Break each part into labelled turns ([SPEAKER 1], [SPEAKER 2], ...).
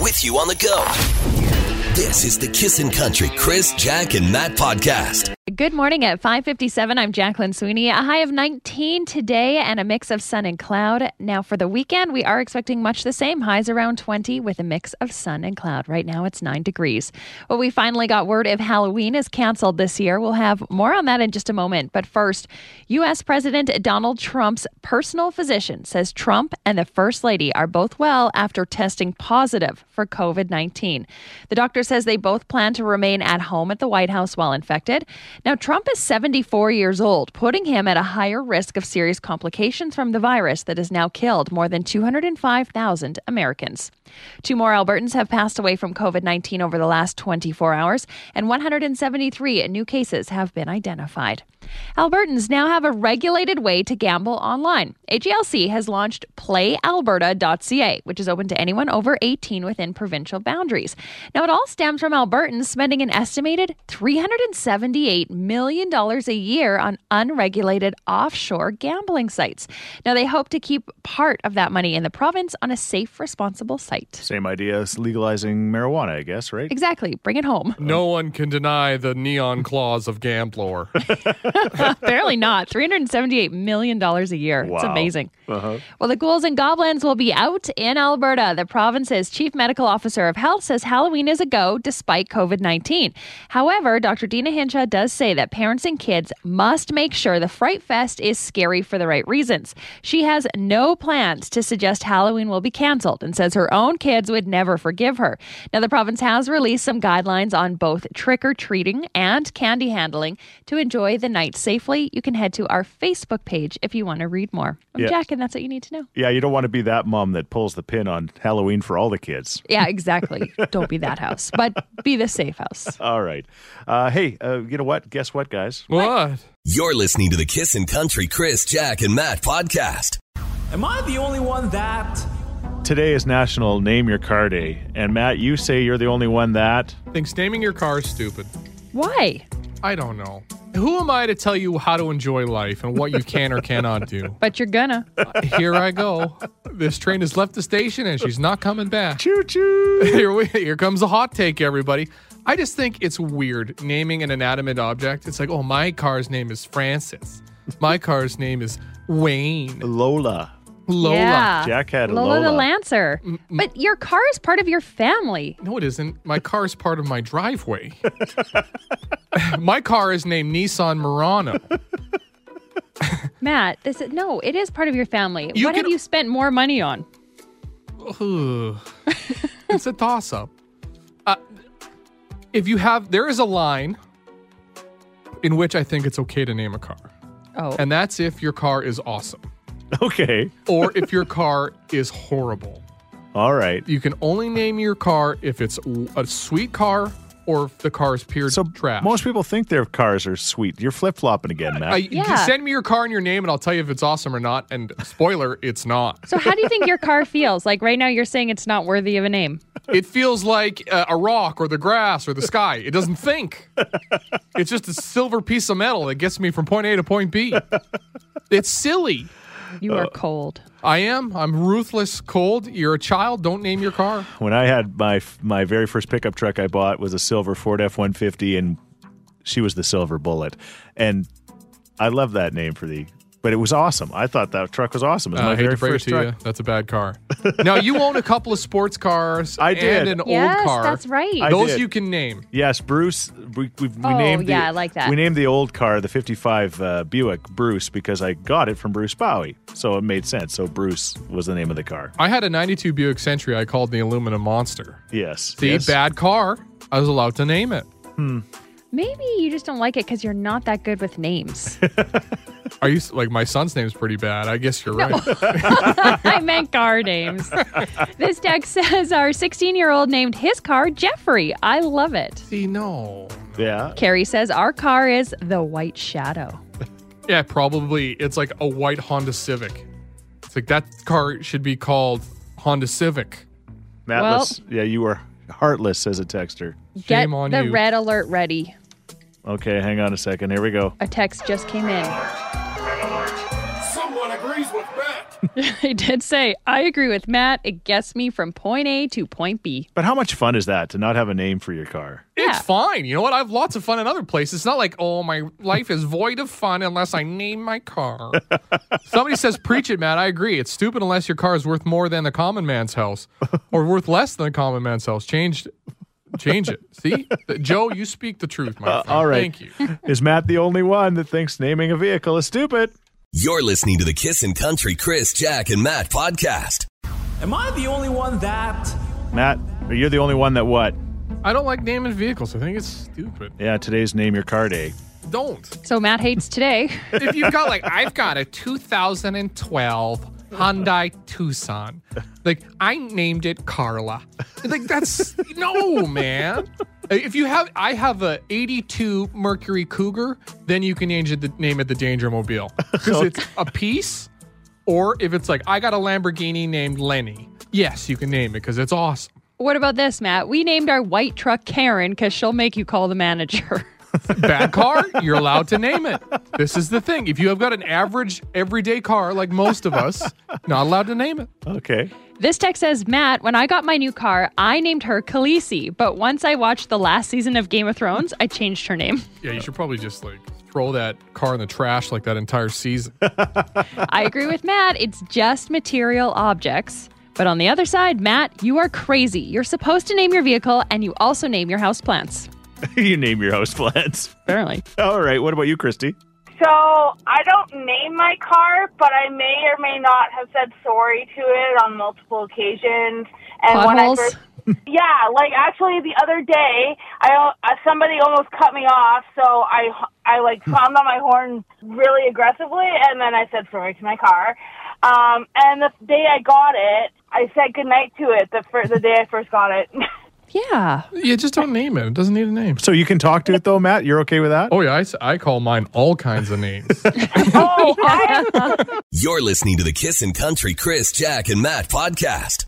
[SPEAKER 1] with you on the go. This is the Kissin' Country Chris, Jack, and Matt podcast.
[SPEAKER 2] Good morning at 5:57. I'm Jacqueline Sweeney. A high of 19 today and a mix of sun and cloud. Now for the weekend, we are expecting much the same. Highs around 20 with a mix of sun and cloud. Right now it's 9 degrees. Well, we finally got word if Halloween is canceled this year. We'll have more on that in just a moment. But first, US President Donald Trump's personal physician says Trump and the First Lady are both well after testing positive for COVID-19. The doctor says they both plan to remain at home at the White House while infected. Now, Trump is 74 years old, putting him at a higher risk of serious complications from the virus that has now killed more than 205,000 Americans. Two more Albertans have passed away from COVID 19 over the last 24 hours, and 173 new cases have been identified. Albertans now have a regulated way to gamble online. AGLC has launched playalberta.ca, which is open to anyone over 18 within provincial boundaries. Now, it all stems from Albertans spending an estimated $378 $1.8 million a year on unregulated offshore gambling sites. Now, they hope to keep part of that money in the province on a safe, responsible site.
[SPEAKER 3] Same idea as legalizing marijuana, I guess, right?
[SPEAKER 2] Exactly. Bring it home.
[SPEAKER 4] No one can deny the neon claws of Gamblor.
[SPEAKER 2] Apparently not. $378 million a year. It's
[SPEAKER 3] Wow.
[SPEAKER 2] amazing. Well, the ghouls and goblins will be out in Alberta. The province's chief medical officer of health says Halloween is a go despite COVID 19. However, Dr. Dina Hinshaw does say that parents and kids must make sure the Fright Fest is scary for the right reasons. She has no plans to suggest Halloween will be canceled and says her own kids would never forgive her. Now, the province has released some guidelines on both trick or treating and candy handling. To enjoy the night safely, you can head to our Facebook page if you want to read more. I'm
[SPEAKER 3] Yeah.
[SPEAKER 2] Jack, and that's what you need to know.
[SPEAKER 3] Yeah, you don't want to be that mom that pulls the pin on Halloween for all the kids.
[SPEAKER 2] Yeah, exactly. Don't be that house, but be the safe house.
[SPEAKER 3] All right. Uh, hey, uh, you know what? Guess what, guys?
[SPEAKER 4] what?
[SPEAKER 1] You're listening to the Kissin' Country Chris, Jack, and Matt podcast.
[SPEAKER 5] Am I the only one that?
[SPEAKER 3] Today is National Name Your Car Day. And Matt, you say you're the only one that.
[SPEAKER 4] Thinks naming your car is stupid.
[SPEAKER 2] Why?
[SPEAKER 4] I don't know. Who am I to tell you how to enjoy life and what you can or cannot do?
[SPEAKER 2] But you're gonna.
[SPEAKER 4] Here I go. This train has left the station and she's not coming back.
[SPEAKER 3] Choo choo.
[SPEAKER 4] Here, we, here comes a hot take, everybody. I just think it's weird naming an inanimate object. It's like, oh, my car's name is Francis. My car's name is Wayne.
[SPEAKER 3] Lola.
[SPEAKER 4] Lola.
[SPEAKER 2] Yeah.
[SPEAKER 3] Jack had a
[SPEAKER 2] Lola, the
[SPEAKER 3] Lola.
[SPEAKER 2] Lancer. But your car is part of your family.
[SPEAKER 4] No, it isn't. My car is part of my driveway. my car is named Nissan Murano.
[SPEAKER 2] Matt, this is no, it is part of your family.
[SPEAKER 4] You
[SPEAKER 2] what
[SPEAKER 4] can-
[SPEAKER 2] have you spent more money on?
[SPEAKER 4] Ugh. it's a toss up. Uh, if you have, there is a line in which I think it's okay to name a car,
[SPEAKER 2] Oh.
[SPEAKER 4] and that's if your car is awesome
[SPEAKER 3] Okay.
[SPEAKER 4] or if your car is horrible.
[SPEAKER 3] All right.
[SPEAKER 4] You can only name your car if it's w- a sweet car or if the car is pure
[SPEAKER 3] So
[SPEAKER 4] trash.
[SPEAKER 3] most people think their cars are sweet. You're flip flopping again, Matt.
[SPEAKER 4] I,
[SPEAKER 2] Yeah.
[SPEAKER 4] Send me your car and your name, and I'll tell you if it's awesome or not. And spoiler, it's not.
[SPEAKER 2] so how do you think your car feels? Like right now you're saying it's not worthy of a name.
[SPEAKER 4] It feels like uh, a rock or the grass or the sky. It doesn't think. It's just a silver piece of metal that gets me from point A to point B. It's silly.
[SPEAKER 2] You
[SPEAKER 4] Uh,
[SPEAKER 2] are cold.
[SPEAKER 4] I am. I'm ruthless, cold. You're a child. Don't name your car.
[SPEAKER 3] when I had my my very first pickup truck I bought was a silver Ford F one fifty, and she was the Silver Bullet, and I love that name for the. But it was awesome. I thought that truck was awesome. It was
[SPEAKER 4] Uh,
[SPEAKER 3] my
[SPEAKER 4] I hate
[SPEAKER 3] very
[SPEAKER 4] to break it
[SPEAKER 3] first
[SPEAKER 4] to
[SPEAKER 3] truck.
[SPEAKER 4] you. That's a bad car. now you own a couple of sports cars.
[SPEAKER 3] I did.
[SPEAKER 4] And an
[SPEAKER 2] yes,
[SPEAKER 4] old car.
[SPEAKER 2] that's right.
[SPEAKER 3] I-
[SPEAKER 4] Those
[SPEAKER 3] did.
[SPEAKER 4] you can name.
[SPEAKER 3] Yes, Bruce. We, we, we
[SPEAKER 2] Oh,
[SPEAKER 3] named
[SPEAKER 2] yeah,
[SPEAKER 3] the,
[SPEAKER 2] I like that.
[SPEAKER 3] We named the old car, the '55 uh, Buick, Bruce, because I got it from Bruce Bowie, so it made sense. So Bruce was the name of the car.
[SPEAKER 4] I had a '92 Buick Century. I called the aluminum monster.
[SPEAKER 3] Yes.
[SPEAKER 4] See,
[SPEAKER 3] yes.
[SPEAKER 4] bad car. I was allowed to name it.
[SPEAKER 2] Maybe you just don't like it because you're not that good with names.
[SPEAKER 4] Are you like my son's name's pretty bad? I guess you're right.
[SPEAKER 2] I meant car names. This text says our 16 year old named his car Jeffrey. I love it.
[SPEAKER 4] See, no.
[SPEAKER 3] Yeah.
[SPEAKER 2] Carrie says our car is the White Shadow.
[SPEAKER 4] Yeah, probably. It's like a white Honda Civic. It's like that car should be called Honda Civic.
[SPEAKER 3] Matt,
[SPEAKER 2] Well-
[SPEAKER 3] let's- yeah, you were heartless as a texter.
[SPEAKER 2] Get
[SPEAKER 4] Shame on
[SPEAKER 2] the
[SPEAKER 4] you.
[SPEAKER 2] red alert ready.
[SPEAKER 3] Okay, hang on a second. Here we go.
[SPEAKER 2] A text just came in.
[SPEAKER 6] Someone agrees with Matt.
[SPEAKER 2] I did say, I agree with Matt. It gets me from point A to point B.
[SPEAKER 3] But how much fun is that to not have a name for your car?
[SPEAKER 2] Yeah.
[SPEAKER 4] It's fine. You know what? I have lots of fun in other places. It's not like, oh, my life is void of fun unless I name my car. Somebody says, preach it, Matt. I agree. It's stupid unless your car is worth more than the common man's house or worth less than the common man's house. Change, change it. See? Joe, you speak the truth, my friend.
[SPEAKER 3] Uh, all right.
[SPEAKER 4] Thank you.
[SPEAKER 3] Is Matt the only one that thinks naming a vehicle is stupid?
[SPEAKER 1] You're listening to the Kissin' Country Chris, Jack, and Matt podcast.
[SPEAKER 5] Am I the only one that?
[SPEAKER 3] Matt, are you the only one that what?
[SPEAKER 4] I don't like naming vehicles. I think it's stupid.
[SPEAKER 3] Yeah, today's name your car day.
[SPEAKER 4] Don't.
[SPEAKER 2] So Matt hates today.
[SPEAKER 4] If you've got like, I've got a 2012 Hyundai Tucson. Like, I named it Carla. Like, that's no, man. If you have, I have a 82 Mercury Cougar, then you can change it, the name it the Danger Mobile. Because it's a piece, or if it's like, I got a Lamborghini named Lenny. Yes, you can name it because it's awesome.
[SPEAKER 2] what about this, Matt? We named our white truck Karen because she'll make you call the manager.
[SPEAKER 4] bad car, you're allowed to name it. This is the thing. If you have got an average, everyday car like most of us, not allowed to name it.
[SPEAKER 3] Okay.
[SPEAKER 2] This text says, Matt, when I got my new car, I named her Khaleesi, but once I watched the last season of Game of Thrones, I changed her name.
[SPEAKER 4] Yeah, you should probably just like throw that car in the trash like that entire season.
[SPEAKER 2] I agree with Matt. It's just material objects. But on the other side, Matt, you are crazy. You're supposed to name your vehicle and you also name your house plants.
[SPEAKER 3] you name your house plants.
[SPEAKER 2] Apparently.
[SPEAKER 3] All right. What about you, Christy?
[SPEAKER 6] So I don't name my car, but I may or may not have said sorry to it on multiple occasions. And when I
[SPEAKER 2] Potholes?
[SPEAKER 6] first, yeah, like actually the other day, I uh, somebody almost cut me off, so I I like slammed on my horn really aggressively, and then I said sorry to my car. Um, and the day I got it, I said goodnight to it. The fir- the day I first got it.
[SPEAKER 2] Yeah.
[SPEAKER 4] yeah, just don't name it. It doesn't need a name.
[SPEAKER 3] So you can talk to it though, Matt. You're okay with that?
[SPEAKER 4] Oh yeah, I, s- I call mine all kinds of names.
[SPEAKER 6] oh, I,
[SPEAKER 1] You're listening to the Kissin' Country Chris, Jack, and Matt podcast.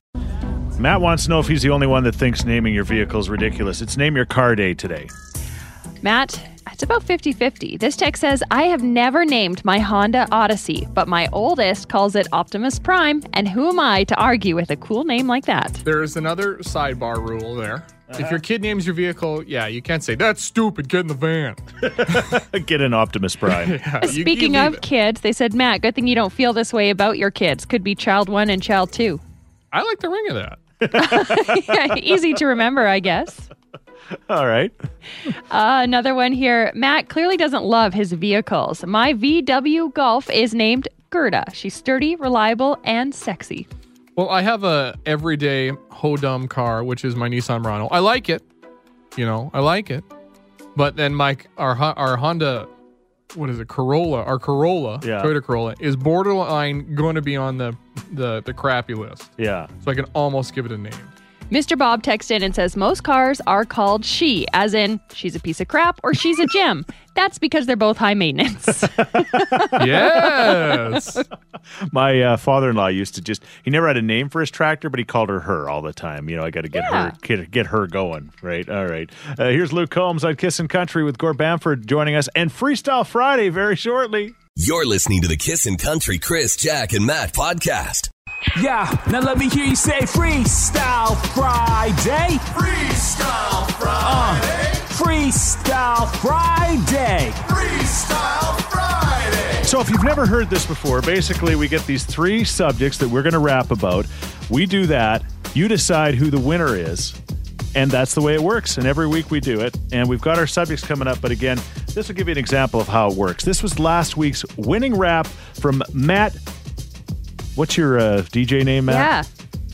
[SPEAKER 3] Matt wants to know if he's the only one that thinks naming your vehicle is ridiculous. It's name your car day today.
[SPEAKER 2] Matt, it's about 50 50. This text says, I have never named my Honda Odyssey, but my oldest calls it Optimus Prime, and who am I to argue with a cool name like that?
[SPEAKER 4] there is another sidebar rule there.
[SPEAKER 2] Uh-huh.
[SPEAKER 4] If your kid names your vehicle, yeah, you can't say that's stupid. Get in the van.
[SPEAKER 3] Get an Optimus Prime.
[SPEAKER 4] Yeah, you- you
[SPEAKER 2] Speaking
[SPEAKER 4] leave
[SPEAKER 2] of
[SPEAKER 4] it.
[SPEAKER 2] kids, they said, Matt, good thing you don't feel this way about your kids. Could be child one and child two.
[SPEAKER 4] I like the ring of that.
[SPEAKER 2] Yeah, Easy to remember, I guess.
[SPEAKER 3] All right.
[SPEAKER 2] Uh, another one here. Matt clearly doesn't love his vehicles. My VW Golf is named Gerda. She's sturdy, reliable, and sexy.
[SPEAKER 4] Well, I have a everyday hodum car, which is my Nissan Rhino. I like it, you know, I like it. But then my our Hon- our Honda, what is it? Corolla, our Corolla,
[SPEAKER 3] Yeah.
[SPEAKER 4] Toyota Corolla is borderline going to be on the the the crappy list.
[SPEAKER 3] Yeah.
[SPEAKER 4] So I can almost give it a name.
[SPEAKER 2] Mr. Bob texts in and says most cars are called she, as in she's a piece of crap or she's a gem. That's because they're both high maintenance.
[SPEAKER 4] Yes.
[SPEAKER 3] My uh, father-in-law used to just—he never had a name for his tractor, but he called her "her" all the time. You know, I got to get her, get, get her going, right? All right. Uh, here's Luke Combs on Kissin' Country with Gore Bamford joining us, and Freestyle Friday very shortly.
[SPEAKER 1] You're listening to the Kissin' Country Chris, Jack, and Matt podcast.
[SPEAKER 5] Yeah, now let me hear you say Freestyle Friday. Freestyle Friday. freestyle Friday. Freestyle Friday.
[SPEAKER 3] So, if you've never heard this before, basically we get these three subjects that we're going to rap about. We do that. You decide who the winner is. And that's the way it works. And every week we do it. And we've got our subjects coming up. But again, this will give you an example of how it works. This was last week's winning rap from Matt. What's your uh, DJ name,
[SPEAKER 2] yeah,
[SPEAKER 3] Matt?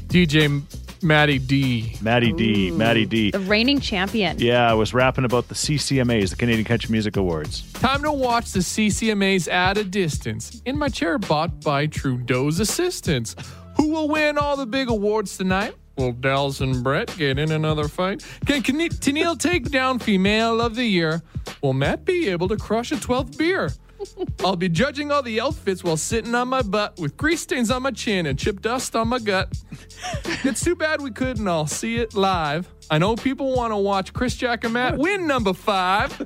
[SPEAKER 4] DJ Matty D.
[SPEAKER 3] Matty D. Matty D.
[SPEAKER 2] the reigning champion.
[SPEAKER 3] Yeah, I was rapping about the CCMAs, the Canadian Country Music Awards.
[SPEAKER 4] Time to watch the CCMAs at a distance in my chair bought by Trudeau's assistants. Who will win all the big awards tonight? Will Dallas and Brett get in another fight? Can Kne- Tennille take down Female of the Year? Will Matt be able to crush a 12th beer? I'll be judging all the outfits while sitting on my butt with grease stains on my chin and chip dust on my gut. It's too bad we couldn't all see it live. I know people want to watch Chris Jack and Matt win number five.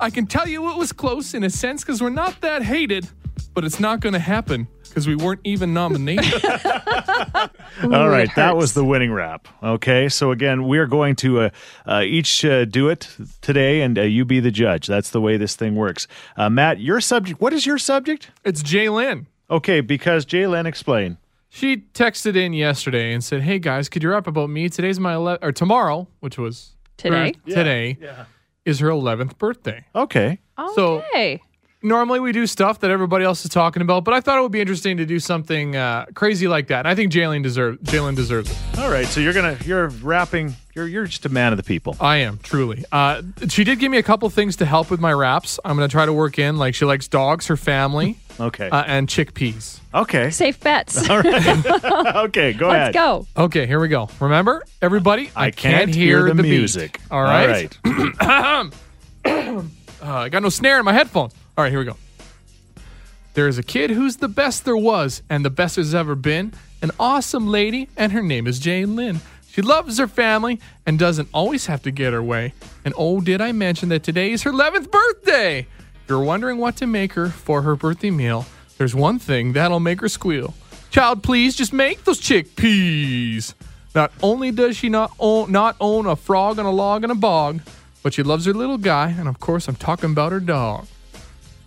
[SPEAKER 4] I can tell you it was close in a sense because we're not that hated. but it's not going to happen because we weren't even nominated.
[SPEAKER 3] All right,
[SPEAKER 2] it
[SPEAKER 3] that
[SPEAKER 2] hurts.
[SPEAKER 3] was the winning wrap. Okay, so again, we are going to uh, uh, each uh, do it today, and uh, you be the judge. That's the way this thing works. Uh, Matt, your subject. What is your subject?
[SPEAKER 4] it's Jalen.
[SPEAKER 3] Okay, because Jalen, explain.
[SPEAKER 4] She texted in yesterday and said, "Hey guys, could you rap about me? Today's my ele- or tomorrow, which was
[SPEAKER 2] Today.
[SPEAKER 4] er, today is her 11th birthday.
[SPEAKER 3] Okay,
[SPEAKER 4] So-
[SPEAKER 2] Okay.
[SPEAKER 4] Normally we do stuff that everybody else is talking about, but I thought it would be interesting to do something uh, crazy like that. And I think Jalen deserves Jalen deserves it.
[SPEAKER 3] all right. So you're gonna you're rapping. You're you're just a man of the people.
[SPEAKER 4] I am truly. Uh, she did give me a couple things to help with my raps. I'm gonna try to work in like she likes dogs, her family,
[SPEAKER 3] Okay,
[SPEAKER 4] uh, and chickpeas.
[SPEAKER 3] okay,
[SPEAKER 2] Safe bets.
[SPEAKER 3] okay. Go ahead.
[SPEAKER 2] Let's go.
[SPEAKER 4] Okay, here we go. Remember, everybody, I,
[SPEAKER 3] I can't, hear, the,
[SPEAKER 4] beat.
[SPEAKER 3] music.
[SPEAKER 4] All right.
[SPEAKER 3] All right.
[SPEAKER 4] Uh, I got no snare in my headphones. All right, here we go. There is a kid who's the best there was and the best there's ever been. An awesome lady, and her name is Jane Lynn. She loves her family and doesn't always have to get her way. And oh, did I mention that today is her 11th birthday? If you're wondering what to make her for her birthday meal, there's one thing that'll make her squeal. Child, please just make those chickpeas. Not only does she not own, not own a frog and a log and a bog, but she loves her little guy, and of course, I'm talking about her dog.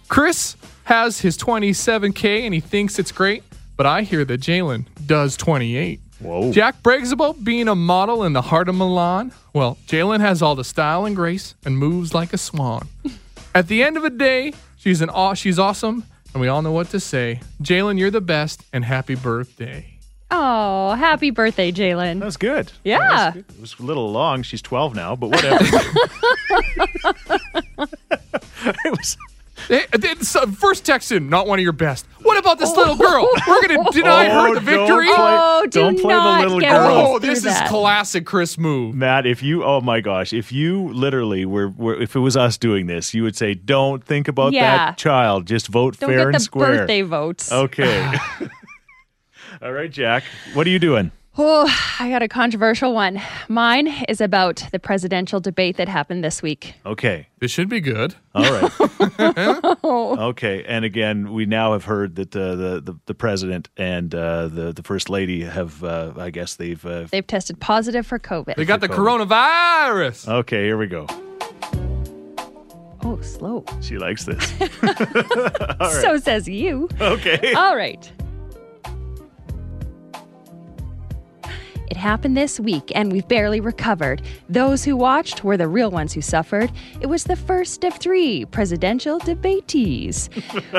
[SPEAKER 4] Chris has his 27K and he thinks it's great, but I hear that Jalen does 28.
[SPEAKER 3] Whoa.
[SPEAKER 4] Jack brags about being a model in the heart of Milan. Well, Jalen has all the style and grace and moves like a swan. At the end of the day, she's an aw- she's awesome, and we all know what to say. Jalen, you're the best, and happy birthday.
[SPEAKER 2] Oh, happy birthday, Jalen.
[SPEAKER 3] That's good.
[SPEAKER 2] Yeah.
[SPEAKER 3] It was a little long. She's 12 now, but whatever. it was.
[SPEAKER 4] Eh, eh, eh, so- First text in, not one of your best. What about this little girl? We're gonna deny her
[SPEAKER 3] Oh,
[SPEAKER 4] the
[SPEAKER 3] don't
[SPEAKER 4] victory.
[SPEAKER 3] play-
[SPEAKER 2] Oh, do
[SPEAKER 3] don't play
[SPEAKER 2] not
[SPEAKER 3] the little
[SPEAKER 2] get
[SPEAKER 3] girl.
[SPEAKER 2] us
[SPEAKER 4] Oh,
[SPEAKER 2] through
[SPEAKER 4] this is
[SPEAKER 2] that.
[SPEAKER 4] classic Chris move.
[SPEAKER 3] Matt, if you, oh my gosh, if you literally were, were, if it was us doing this, you would say, don't think about
[SPEAKER 2] Yeah.
[SPEAKER 3] that child. Just vote
[SPEAKER 2] Don't
[SPEAKER 3] fair
[SPEAKER 2] get
[SPEAKER 3] and
[SPEAKER 2] the
[SPEAKER 3] square. Oh.
[SPEAKER 2] birthday votes.
[SPEAKER 3] Okay. All right, Jack. What are you doing?
[SPEAKER 2] Oh, I got a controversial one. Mine is about the presidential debate that happened this week.
[SPEAKER 3] Okay.
[SPEAKER 4] This should be good.
[SPEAKER 3] All right. okay. And again, we now have heard that uh, the, the the president and uh, the the first lady have, uh, I guess they've. Uh,
[SPEAKER 2] They've tested positive for COVID.
[SPEAKER 4] They got the coronavirus.
[SPEAKER 3] okay. Here we go.
[SPEAKER 2] oh, slow.
[SPEAKER 3] She likes this.
[SPEAKER 2] So says you.
[SPEAKER 3] Okay.
[SPEAKER 2] All right. It happened this week, and we've barely recovered. Those who watched were the real ones who suffered. It was the first of three presidential debatees.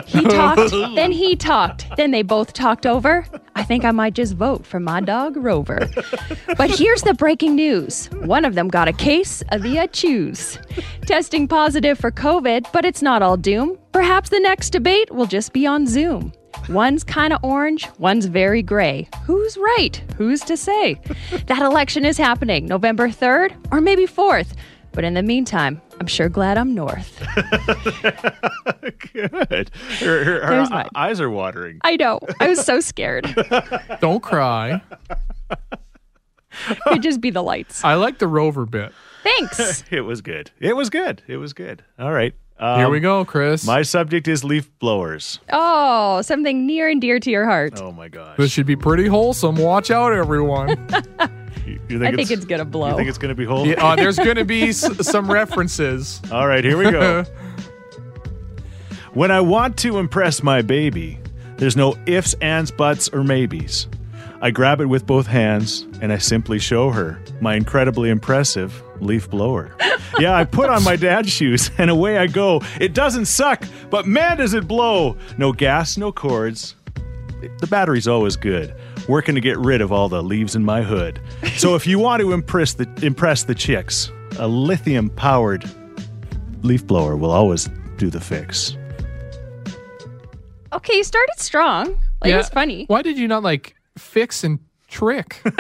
[SPEAKER 2] He talked, then he talked, then they both talked over. I think I might just vote for my dog, Rover. But here's the breaking news one of them got a case of the achus. Testing positive for COVID, but it's not all doom. Perhaps the next debate will just be on Zoom. One's kind of orange, one's very gray. Who's right? Who's to say? That election is happening November 3rd or maybe 4th. But in the meantime, I'm sure glad I'm north.
[SPEAKER 3] Good. Her, her, her
[SPEAKER 2] There's
[SPEAKER 3] e-
[SPEAKER 2] mine.
[SPEAKER 3] eyes are watering.
[SPEAKER 2] I know. I was so scared.
[SPEAKER 4] Uh, Don't cry.
[SPEAKER 2] Could just be the lights.
[SPEAKER 4] I like the rover bit.
[SPEAKER 2] Thanks.
[SPEAKER 3] It was good. It was good. It was good. All right. Um,
[SPEAKER 4] Here we go, Chris.
[SPEAKER 3] My subject is leaf blowers.
[SPEAKER 2] Oh, something near and dear to your heart.
[SPEAKER 3] Oh my gosh.
[SPEAKER 4] this should be pretty wholesome. Watch out, everyone.
[SPEAKER 3] You- you
[SPEAKER 2] I think it's, gonna
[SPEAKER 3] You
[SPEAKER 2] blow.
[SPEAKER 3] think it's going to be whole?
[SPEAKER 4] Yeah, uh, there's going to be s- some references.
[SPEAKER 3] All right, here we go. when I want to impress my baby, there's no ifs, ands, buts, or maybes. I grab it with both hands and I simply show her my incredibly impressive leaf blower. yeah, I put on my dad's shoes and away I go. It doesn't suck, but man, does it blow! No gas, no cords, the battery's always good. Working to get rid of all the leaves in my hood. So if you want to impress the impress the chicks, a lithium powered leaf blower will always do the fix.
[SPEAKER 2] okay, you started strong. Like, It was funny.
[SPEAKER 4] Why did you not like fix and trick?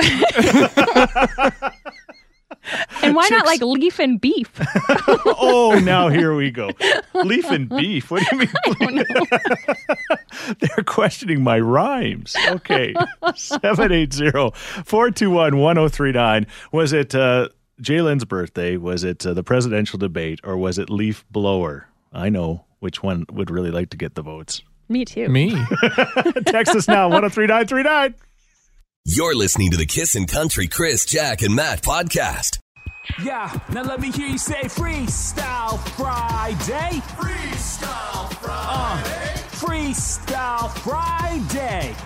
[SPEAKER 2] And why not like leaf and beef?
[SPEAKER 3] Oh, now here we go. Leaf and beef. What do you mean? They're questioning my rhymes. Okay. 780-421-1039. Was it uh, Jalen's birthday? Was it uh, the presidential debate or was it leaf blower? I know which one would really like to get the votes.
[SPEAKER 2] Me too.
[SPEAKER 4] Me.
[SPEAKER 3] Text us now, 103939.
[SPEAKER 1] You're listening to the Kissin' Country Chris, Jack, and Matt podcast.
[SPEAKER 5] Yeah, now let me hear you say Freestyle Friday. Freestyle Friday. Freestyle Friday.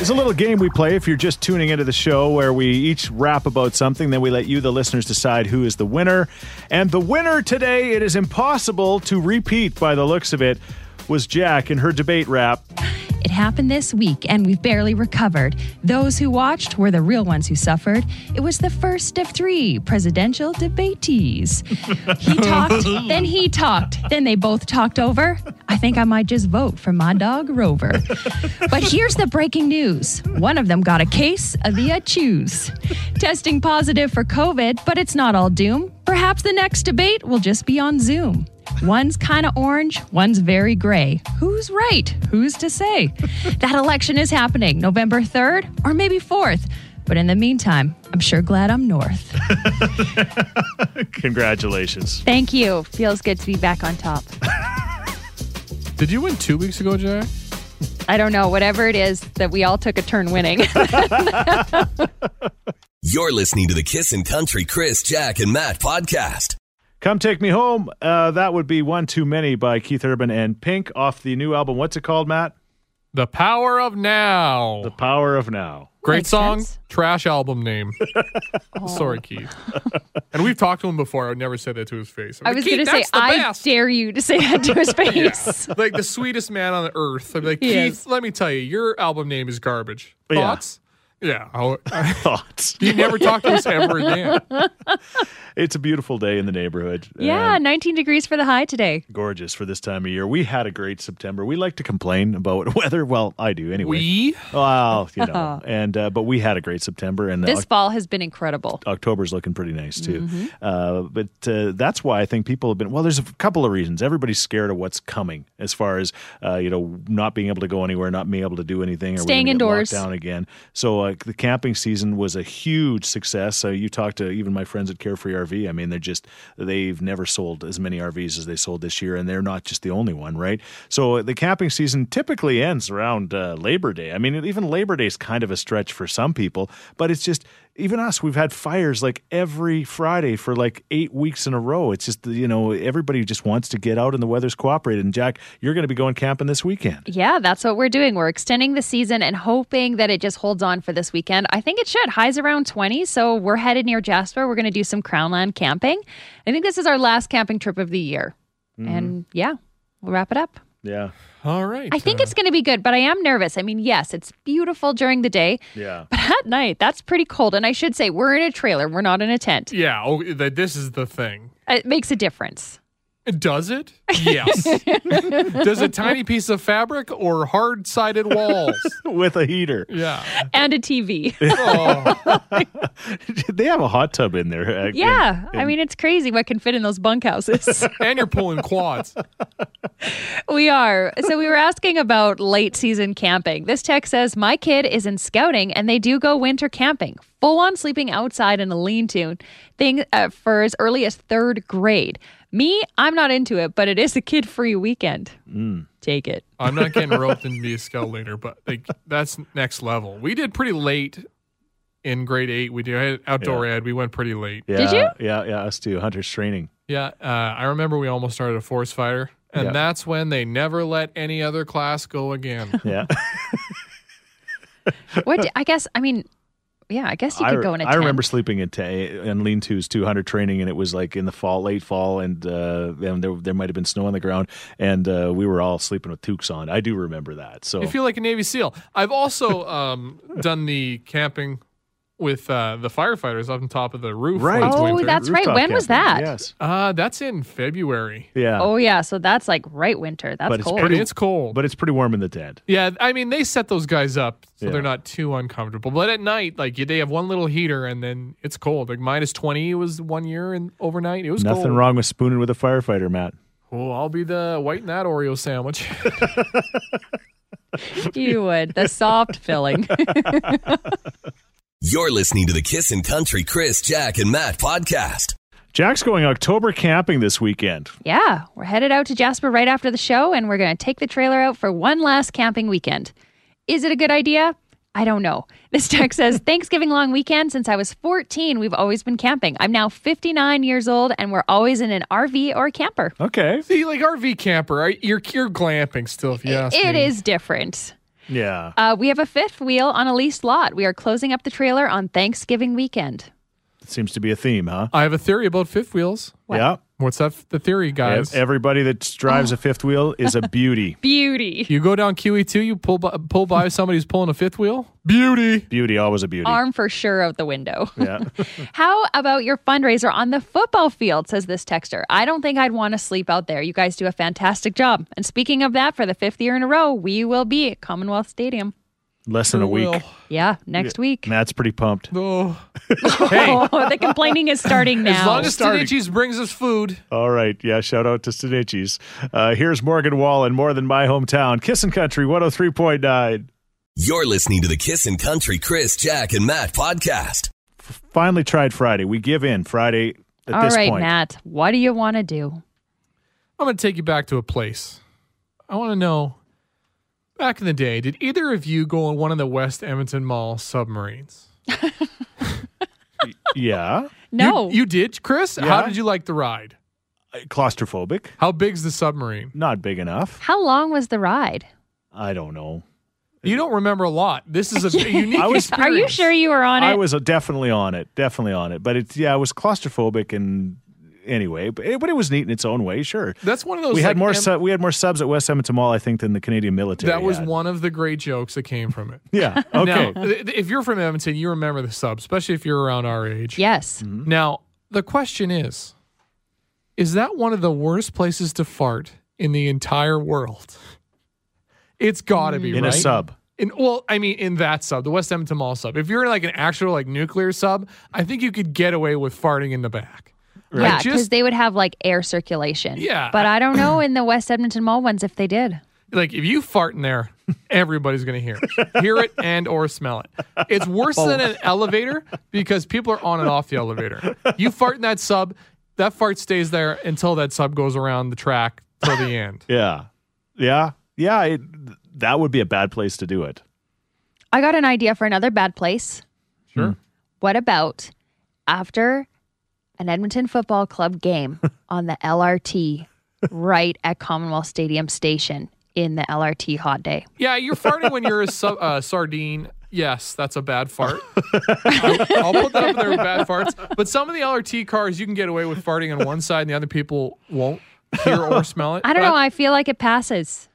[SPEAKER 3] It's a little game we play if you're just tuning into the show where we each rap about something, then we let you, the listeners, decide who is the winner. And the winner today, it is impossible to repeat by the looks of it, was Jack in her debate rap.
[SPEAKER 2] It happened this week, and we've barely recovered. Those who watched were the real ones who suffered. It was the first of three presidential debatees. He talked, then he talked, then they both talked over. I think I might just vote for my dog, Rover. But here's the breaking news one of them got a case of the choose. Testing positive for COVID, but it's not all doom. Perhaps the next debate will just be on Zoom. One's kind of orange, one's very gray. Who's right? Who's to say? that election is happening November 3rd or maybe 4th. But in the meantime, I'm sure glad I'm north.
[SPEAKER 3] Congratulations.
[SPEAKER 2] Thank you. Feels good to be back on top.
[SPEAKER 4] Did you win two weeks ago, Jack?
[SPEAKER 2] I don't know, whatever it is that we all took a turn winning.
[SPEAKER 1] You're listening to the Kissin' Country Chris, Jack, and Matt podcast.
[SPEAKER 3] Come Take Me Home. Uh, that would be One Too Many by Keith Urban and Pink off the new album. What's it called, Matt?
[SPEAKER 4] The Power of Now.
[SPEAKER 3] The Power of Now.
[SPEAKER 4] Great
[SPEAKER 2] Makes
[SPEAKER 4] song,
[SPEAKER 2] sense.
[SPEAKER 4] trash album name. Sorry, Keith. and we've talked to him before. I would never say that to his face.
[SPEAKER 2] Oh. I was
[SPEAKER 4] going to
[SPEAKER 2] say, I dare you to say that to his face.
[SPEAKER 4] like the sweetest man on earth. I'd be like,
[SPEAKER 2] He
[SPEAKER 4] Keith,
[SPEAKER 2] is.
[SPEAKER 4] let me tell you, your album name is garbage.
[SPEAKER 3] Yeah.
[SPEAKER 4] Thoughts? Yeah. I-
[SPEAKER 3] Thoughts.
[SPEAKER 4] you never talk to us ever again.
[SPEAKER 3] It's a beautiful day in the neighborhood.
[SPEAKER 2] yeah,
[SPEAKER 3] And
[SPEAKER 2] 19 degrees for the high today.
[SPEAKER 3] gorgeous for this time of year. We had a great September. We like to complain about weather. Well, I do anyway.
[SPEAKER 4] We?
[SPEAKER 3] Well, you know, and uh, but we had a great September, and
[SPEAKER 2] This Mm-hmm.
[SPEAKER 3] Oc-
[SPEAKER 2] fall has been incredible.
[SPEAKER 3] October's looking pretty nice too. Uh, but uh, that's why I think people have been. Well, there's a couple of reasons. Everybody's scared of what's coming, as far as uh, you know, not being able to go anywhere, not being able to do anything, or
[SPEAKER 2] Staying indoors.
[SPEAKER 3] down again. So uh, the camping season was a huge success. So you talk to even my friends at Carefree RV. I mean, they're just they've never sold as many RVs as they sold this year, and they're not just the only one, right? So uh, the camping season typically ends around uh, Labor Day. I mean, even Labor Day is kind of a stretch for some people, but it's just even us. We've had fires like every Friday for like eight weeks in a row. It's just you know everybody just wants to get out, and the weather's cooperated. And Jack, you're going to be going camping this weekend.
[SPEAKER 2] Yeah, that's what we're doing. We're extending the season and hoping that it just holds on for this weekend. I think it should. Highs around 20, so we're headed near Jasper. We're going to do some Crownland camping. I think this is our last camping trip of the year. And yeah, we'll wrap it up.
[SPEAKER 3] Yeah,
[SPEAKER 4] All right.
[SPEAKER 2] I think
[SPEAKER 4] uh,
[SPEAKER 2] it's going to be good, but I am nervous. I mean, yes, it's beautiful during the day,
[SPEAKER 3] yeah.
[SPEAKER 2] but at night, that's pretty cold. And I should say, we're in a trailer, we're not in a tent.
[SPEAKER 4] Yeah. Oh, that this is the thing.
[SPEAKER 2] It makes a difference.
[SPEAKER 4] Does it? Yes. Does a tiny piece of fabric or hard sided walls?
[SPEAKER 3] With a heater.
[SPEAKER 4] Yeah.
[SPEAKER 2] And a TV.
[SPEAKER 4] Oh,
[SPEAKER 3] they have a hot tub in there. uh, in-
[SPEAKER 2] yeah. I
[SPEAKER 3] in-
[SPEAKER 2] mean, it's crazy what can fit in those bunkhouses.
[SPEAKER 4] and you're pulling quads.
[SPEAKER 2] We are. So we were asking about late season camping. This text says my kid is in scouting and they do go winter camping, full on sleeping outside in a lean-to thing uh, for as early as 3rd grade. Me, I'm not into it, but it is a kid-free weekend.
[SPEAKER 3] Mm.
[SPEAKER 2] Take it.
[SPEAKER 4] I'm not getting roped into be a scout later, but like that's next level. We did pretty late in grade eight. We did outdoor ed. We went pretty late.
[SPEAKER 3] yeah,
[SPEAKER 2] Did you?
[SPEAKER 3] Yeah, yeah, us too. Hunter's training.
[SPEAKER 4] Yeah, uh, I remember we almost started a forest fire, and
[SPEAKER 3] Yeah.
[SPEAKER 4] that's when they never let any other class go again.
[SPEAKER 3] Yeah.
[SPEAKER 2] What d- I guess I mean yeah, I guess you could
[SPEAKER 3] I,
[SPEAKER 2] go in a
[SPEAKER 3] I
[SPEAKER 2] tent.
[SPEAKER 3] remember sleeping in, ta in lean twos too, Hunter training, and it was like in the fall, late fall, and, uh, and there, there might have been snow on the ground, and uh, we were all sleeping with toques on. I do remember that. So
[SPEAKER 4] You feel like a Navy SEAL. I've also um, done the camping with uh, the firefighters up on top of the roof.
[SPEAKER 3] Right.
[SPEAKER 4] last
[SPEAKER 2] Oh,
[SPEAKER 4] winter.
[SPEAKER 2] that's right.
[SPEAKER 3] Rooftop
[SPEAKER 2] When was
[SPEAKER 3] camping,
[SPEAKER 2] that?
[SPEAKER 3] Yes.
[SPEAKER 4] uh, that's in February.
[SPEAKER 3] Yeah.
[SPEAKER 2] Oh yeah, so that's like right winter. That's
[SPEAKER 3] But it's
[SPEAKER 2] cold.
[SPEAKER 3] pretty-
[SPEAKER 4] It's cold.
[SPEAKER 3] But it's pretty warm in the tent.
[SPEAKER 4] Yeah, I mean they set those guys up so
[SPEAKER 3] Yeah.
[SPEAKER 4] they're not too uncomfortable. But at night, like you- they have one little heater and then it's cold. Like minus twenty was one year and overnight. It was
[SPEAKER 3] Nothing
[SPEAKER 4] cold.
[SPEAKER 3] wrong with spooning with a firefighter, Matt.
[SPEAKER 4] Well, I'll be the white in that Oreo sandwich.
[SPEAKER 2] you would. The soft filling.
[SPEAKER 1] You're listening to the Kissin' Country Chris, Jack, and Matt podcast.
[SPEAKER 3] Jack's going October camping this weekend.
[SPEAKER 2] Yeah, we're headed out to Jasper right after the show, and we're going to take the trailer out for one last camping weekend. Is it a good idea? I don't know. This text says Thanksgiving long weekend since I was 14, we've always been camping. I'm now 59 years old, and we're always in an RV or camper.
[SPEAKER 3] Okay.
[SPEAKER 4] See, like RV camper, right? you're you're glamping still. If you ask
[SPEAKER 2] It
[SPEAKER 4] me.
[SPEAKER 2] is different.
[SPEAKER 3] Yeah.
[SPEAKER 2] Uh, we have a fifth wheel on a leased lot. We are closing up the trailer on Thanksgiving weekend.
[SPEAKER 3] Seems to be a theme, huh?
[SPEAKER 4] I have a theory about fifth wheels.
[SPEAKER 3] Yeah.
[SPEAKER 4] What's that? f- The theory, guys.
[SPEAKER 3] Ev- Everybody that drives
[SPEAKER 2] Oh.
[SPEAKER 3] a fifth wheel is a beauty.
[SPEAKER 2] Beauty.
[SPEAKER 4] you go down QE two, you pull by, pull by somebody who's pulling a fifth wheel. Beauty.
[SPEAKER 3] Beauty, always a beauty.
[SPEAKER 2] Arm for sure out the window.
[SPEAKER 3] Yeah.
[SPEAKER 2] How about your fundraiser on the football field? Says this texter. I don't think I'd want to sleep out there. You guys do a fantastic job. And speaking of that, for the fifth year in a row, we will be at Commonwealth Stadium.
[SPEAKER 3] Less than a week.
[SPEAKER 4] Well,
[SPEAKER 2] Yeah, next week.
[SPEAKER 3] Matt's pretty pumped.
[SPEAKER 4] Oh.
[SPEAKER 2] Oh, the complaining is starting now.
[SPEAKER 4] As long as
[SPEAKER 3] Starting.
[SPEAKER 4] Stanichis brings us food.
[SPEAKER 3] All right. Yeah. Shout out to Stanichis. Uh, here's Morgan Wall and More Than My Hometown, Kissin' Country 103.9.
[SPEAKER 1] You're listening to the Kissin' Country Chris, Jack, and Matt podcast.
[SPEAKER 3] Finally tried Friday. We give in Friday at
[SPEAKER 2] All
[SPEAKER 3] this
[SPEAKER 2] right,
[SPEAKER 3] point.
[SPEAKER 2] Matt, what do you want to do?
[SPEAKER 4] I'm going to take you back to a place. I want to know back in the day, did either of you go on one of the West Edmonton Mall submarines?
[SPEAKER 3] Yeah.
[SPEAKER 2] No.
[SPEAKER 4] You, you did, Chris?
[SPEAKER 3] Yeah.
[SPEAKER 4] How did you like the ride?
[SPEAKER 3] Claustrophobic.
[SPEAKER 4] How big's the submarine?
[SPEAKER 3] Not big enough.
[SPEAKER 2] How long was the ride?
[SPEAKER 3] I don't know.
[SPEAKER 4] You don't remember a lot. This is a unique
[SPEAKER 3] I was-
[SPEAKER 2] Are you
[SPEAKER 4] experience.
[SPEAKER 2] sure you were on it?
[SPEAKER 3] I was uh, definitely on it. Definitely on it. But it's, yeah, I was claustrophobic and anyway, but it, but it was neat in its own way. Sure.
[SPEAKER 4] That's one of those.
[SPEAKER 3] we
[SPEAKER 4] like,
[SPEAKER 3] had more
[SPEAKER 4] em-
[SPEAKER 3] sub, we had more subs at West Edmonton Mall, I think, than the Canadian military.
[SPEAKER 4] That was
[SPEAKER 3] had.
[SPEAKER 4] one of the great jokes that came from it.
[SPEAKER 3] Yeah. Okay.
[SPEAKER 4] Now, th- th- if you're from Edmonton, you remember the sub, especially if you're around our age. Mm-hmm.
[SPEAKER 2] yes.
[SPEAKER 4] Now, the question is Is that one of the worst places to fart in the entire world? It's got to be
[SPEAKER 3] Mm. in
[SPEAKER 4] right?
[SPEAKER 3] a sub.
[SPEAKER 4] In, well, I mean, in that sub, the West Edmonton Mall sub. If you're in like an actual like nuclear sub, I think you could get away with farting in the back. I
[SPEAKER 2] Yeah, because
[SPEAKER 4] just
[SPEAKER 2] they would have like air circulation.
[SPEAKER 4] Yeah.
[SPEAKER 2] But I don't know in the West Edmonton Mall ones if they did.
[SPEAKER 4] like if you fart in there, everybody's gonna hear it, hear it and or smell it. It's worse than an
[SPEAKER 2] Oh.
[SPEAKER 4] elevator because people are on and off the elevator. You fart in that sub, that fart stays there until that sub goes around the track till the end.
[SPEAKER 3] Yeah. Yeah. Yeah. It, that would be a bad place to do it.
[SPEAKER 2] I got an idea for another bad place. Hmm.
[SPEAKER 4] Sure.
[SPEAKER 2] What about after an Edmonton Football Club game on the LRT right at Commonwealth Stadium Station in the LRT hot day?
[SPEAKER 4] Yeah, you're farting when you're a su- uh, sardine. Yes, that's a bad fart. I'll, I'll put that up there with bad farts. But some of the LRT cars, you can get away with farting on one side, and the other people won't hear or smell it.
[SPEAKER 2] I don't
[SPEAKER 4] But
[SPEAKER 2] know. I feel like it passes.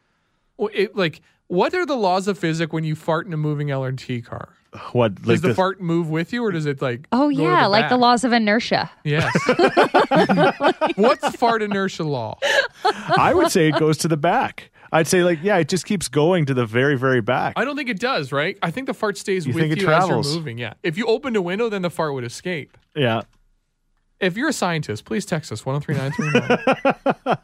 [SPEAKER 4] w- it- like, what are the laws of physics when you fart in a moving LRT car?
[SPEAKER 3] What
[SPEAKER 4] Does
[SPEAKER 3] like
[SPEAKER 4] the,
[SPEAKER 3] the,
[SPEAKER 4] fart move with you, or does it like?
[SPEAKER 2] Oh,
[SPEAKER 4] go to
[SPEAKER 2] yeah. like the
[SPEAKER 4] back?
[SPEAKER 2] laws of inertia.
[SPEAKER 4] Yes. What's fart inertia law?
[SPEAKER 3] I would say it goes to the back. I'd say like yeah, it just keeps going to the very very back.
[SPEAKER 4] I don't think it does, right? I think the fart stays
[SPEAKER 3] You
[SPEAKER 4] with
[SPEAKER 3] think it
[SPEAKER 4] you as
[SPEAKER 3] travels.
[SPEAKER 4] you're moving. Yeah. If you opened a window, then the fart would escape.
[SPEAKER 3] yeah.
[SPEAKER 4] If you're a scientist, please text us 103939.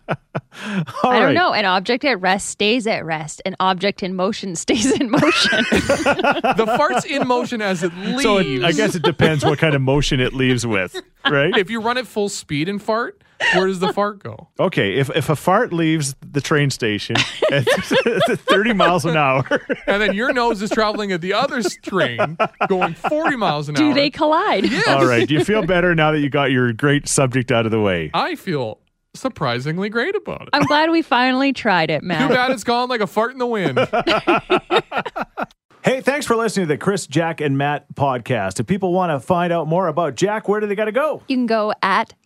[SPEAKER 3] All
[SPEAKER 2] I don't
[SPEAKER 3] right.
[SPEAKER 2] know. An object at rest stays at rest. An object in motion stays in motion.
[SPEAKER 4] the fart's in motion as it leaves.
[SPEAKER 3] So it, I guess it depends what kind of motion it leaves with, right?
[SPEAKER 4] if you run at full speed and fart, where does the fart go?
[SPEAKER 3] Okay, if if a fart leaves the train station at 30 miles an hour,
[SPEAKER 4] And then your nose is traveling at the other train going 40 miles an hour.
[SPEAKER 2] Do they collide?
[SPEAKER 3] all right, do you feel better now that you got your great subject out of the way?
[SPEAKER 4] I feel surprisingly great about it.
[SPEAKER 2] I'm glad we finally tried it,
[SPEAKER 4] Too
[SPEAKER 2] Matt.
[SPEAKER 4] bad it's gone like a fart in the wind.
[SPEAKER 3] Hey, thanks for listening to the Chris, Jack, and Matt podcast. If people want to find out more about Jack, where do they got to go?
[SPEAKER 2] You can go at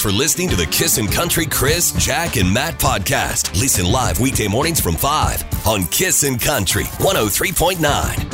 [SPEAKER 1] for listening to the Kissin' Country Chris, Jack, and Matt oh podcast. Listen live weekday mornings from 5 on Kissin' Country 103.9.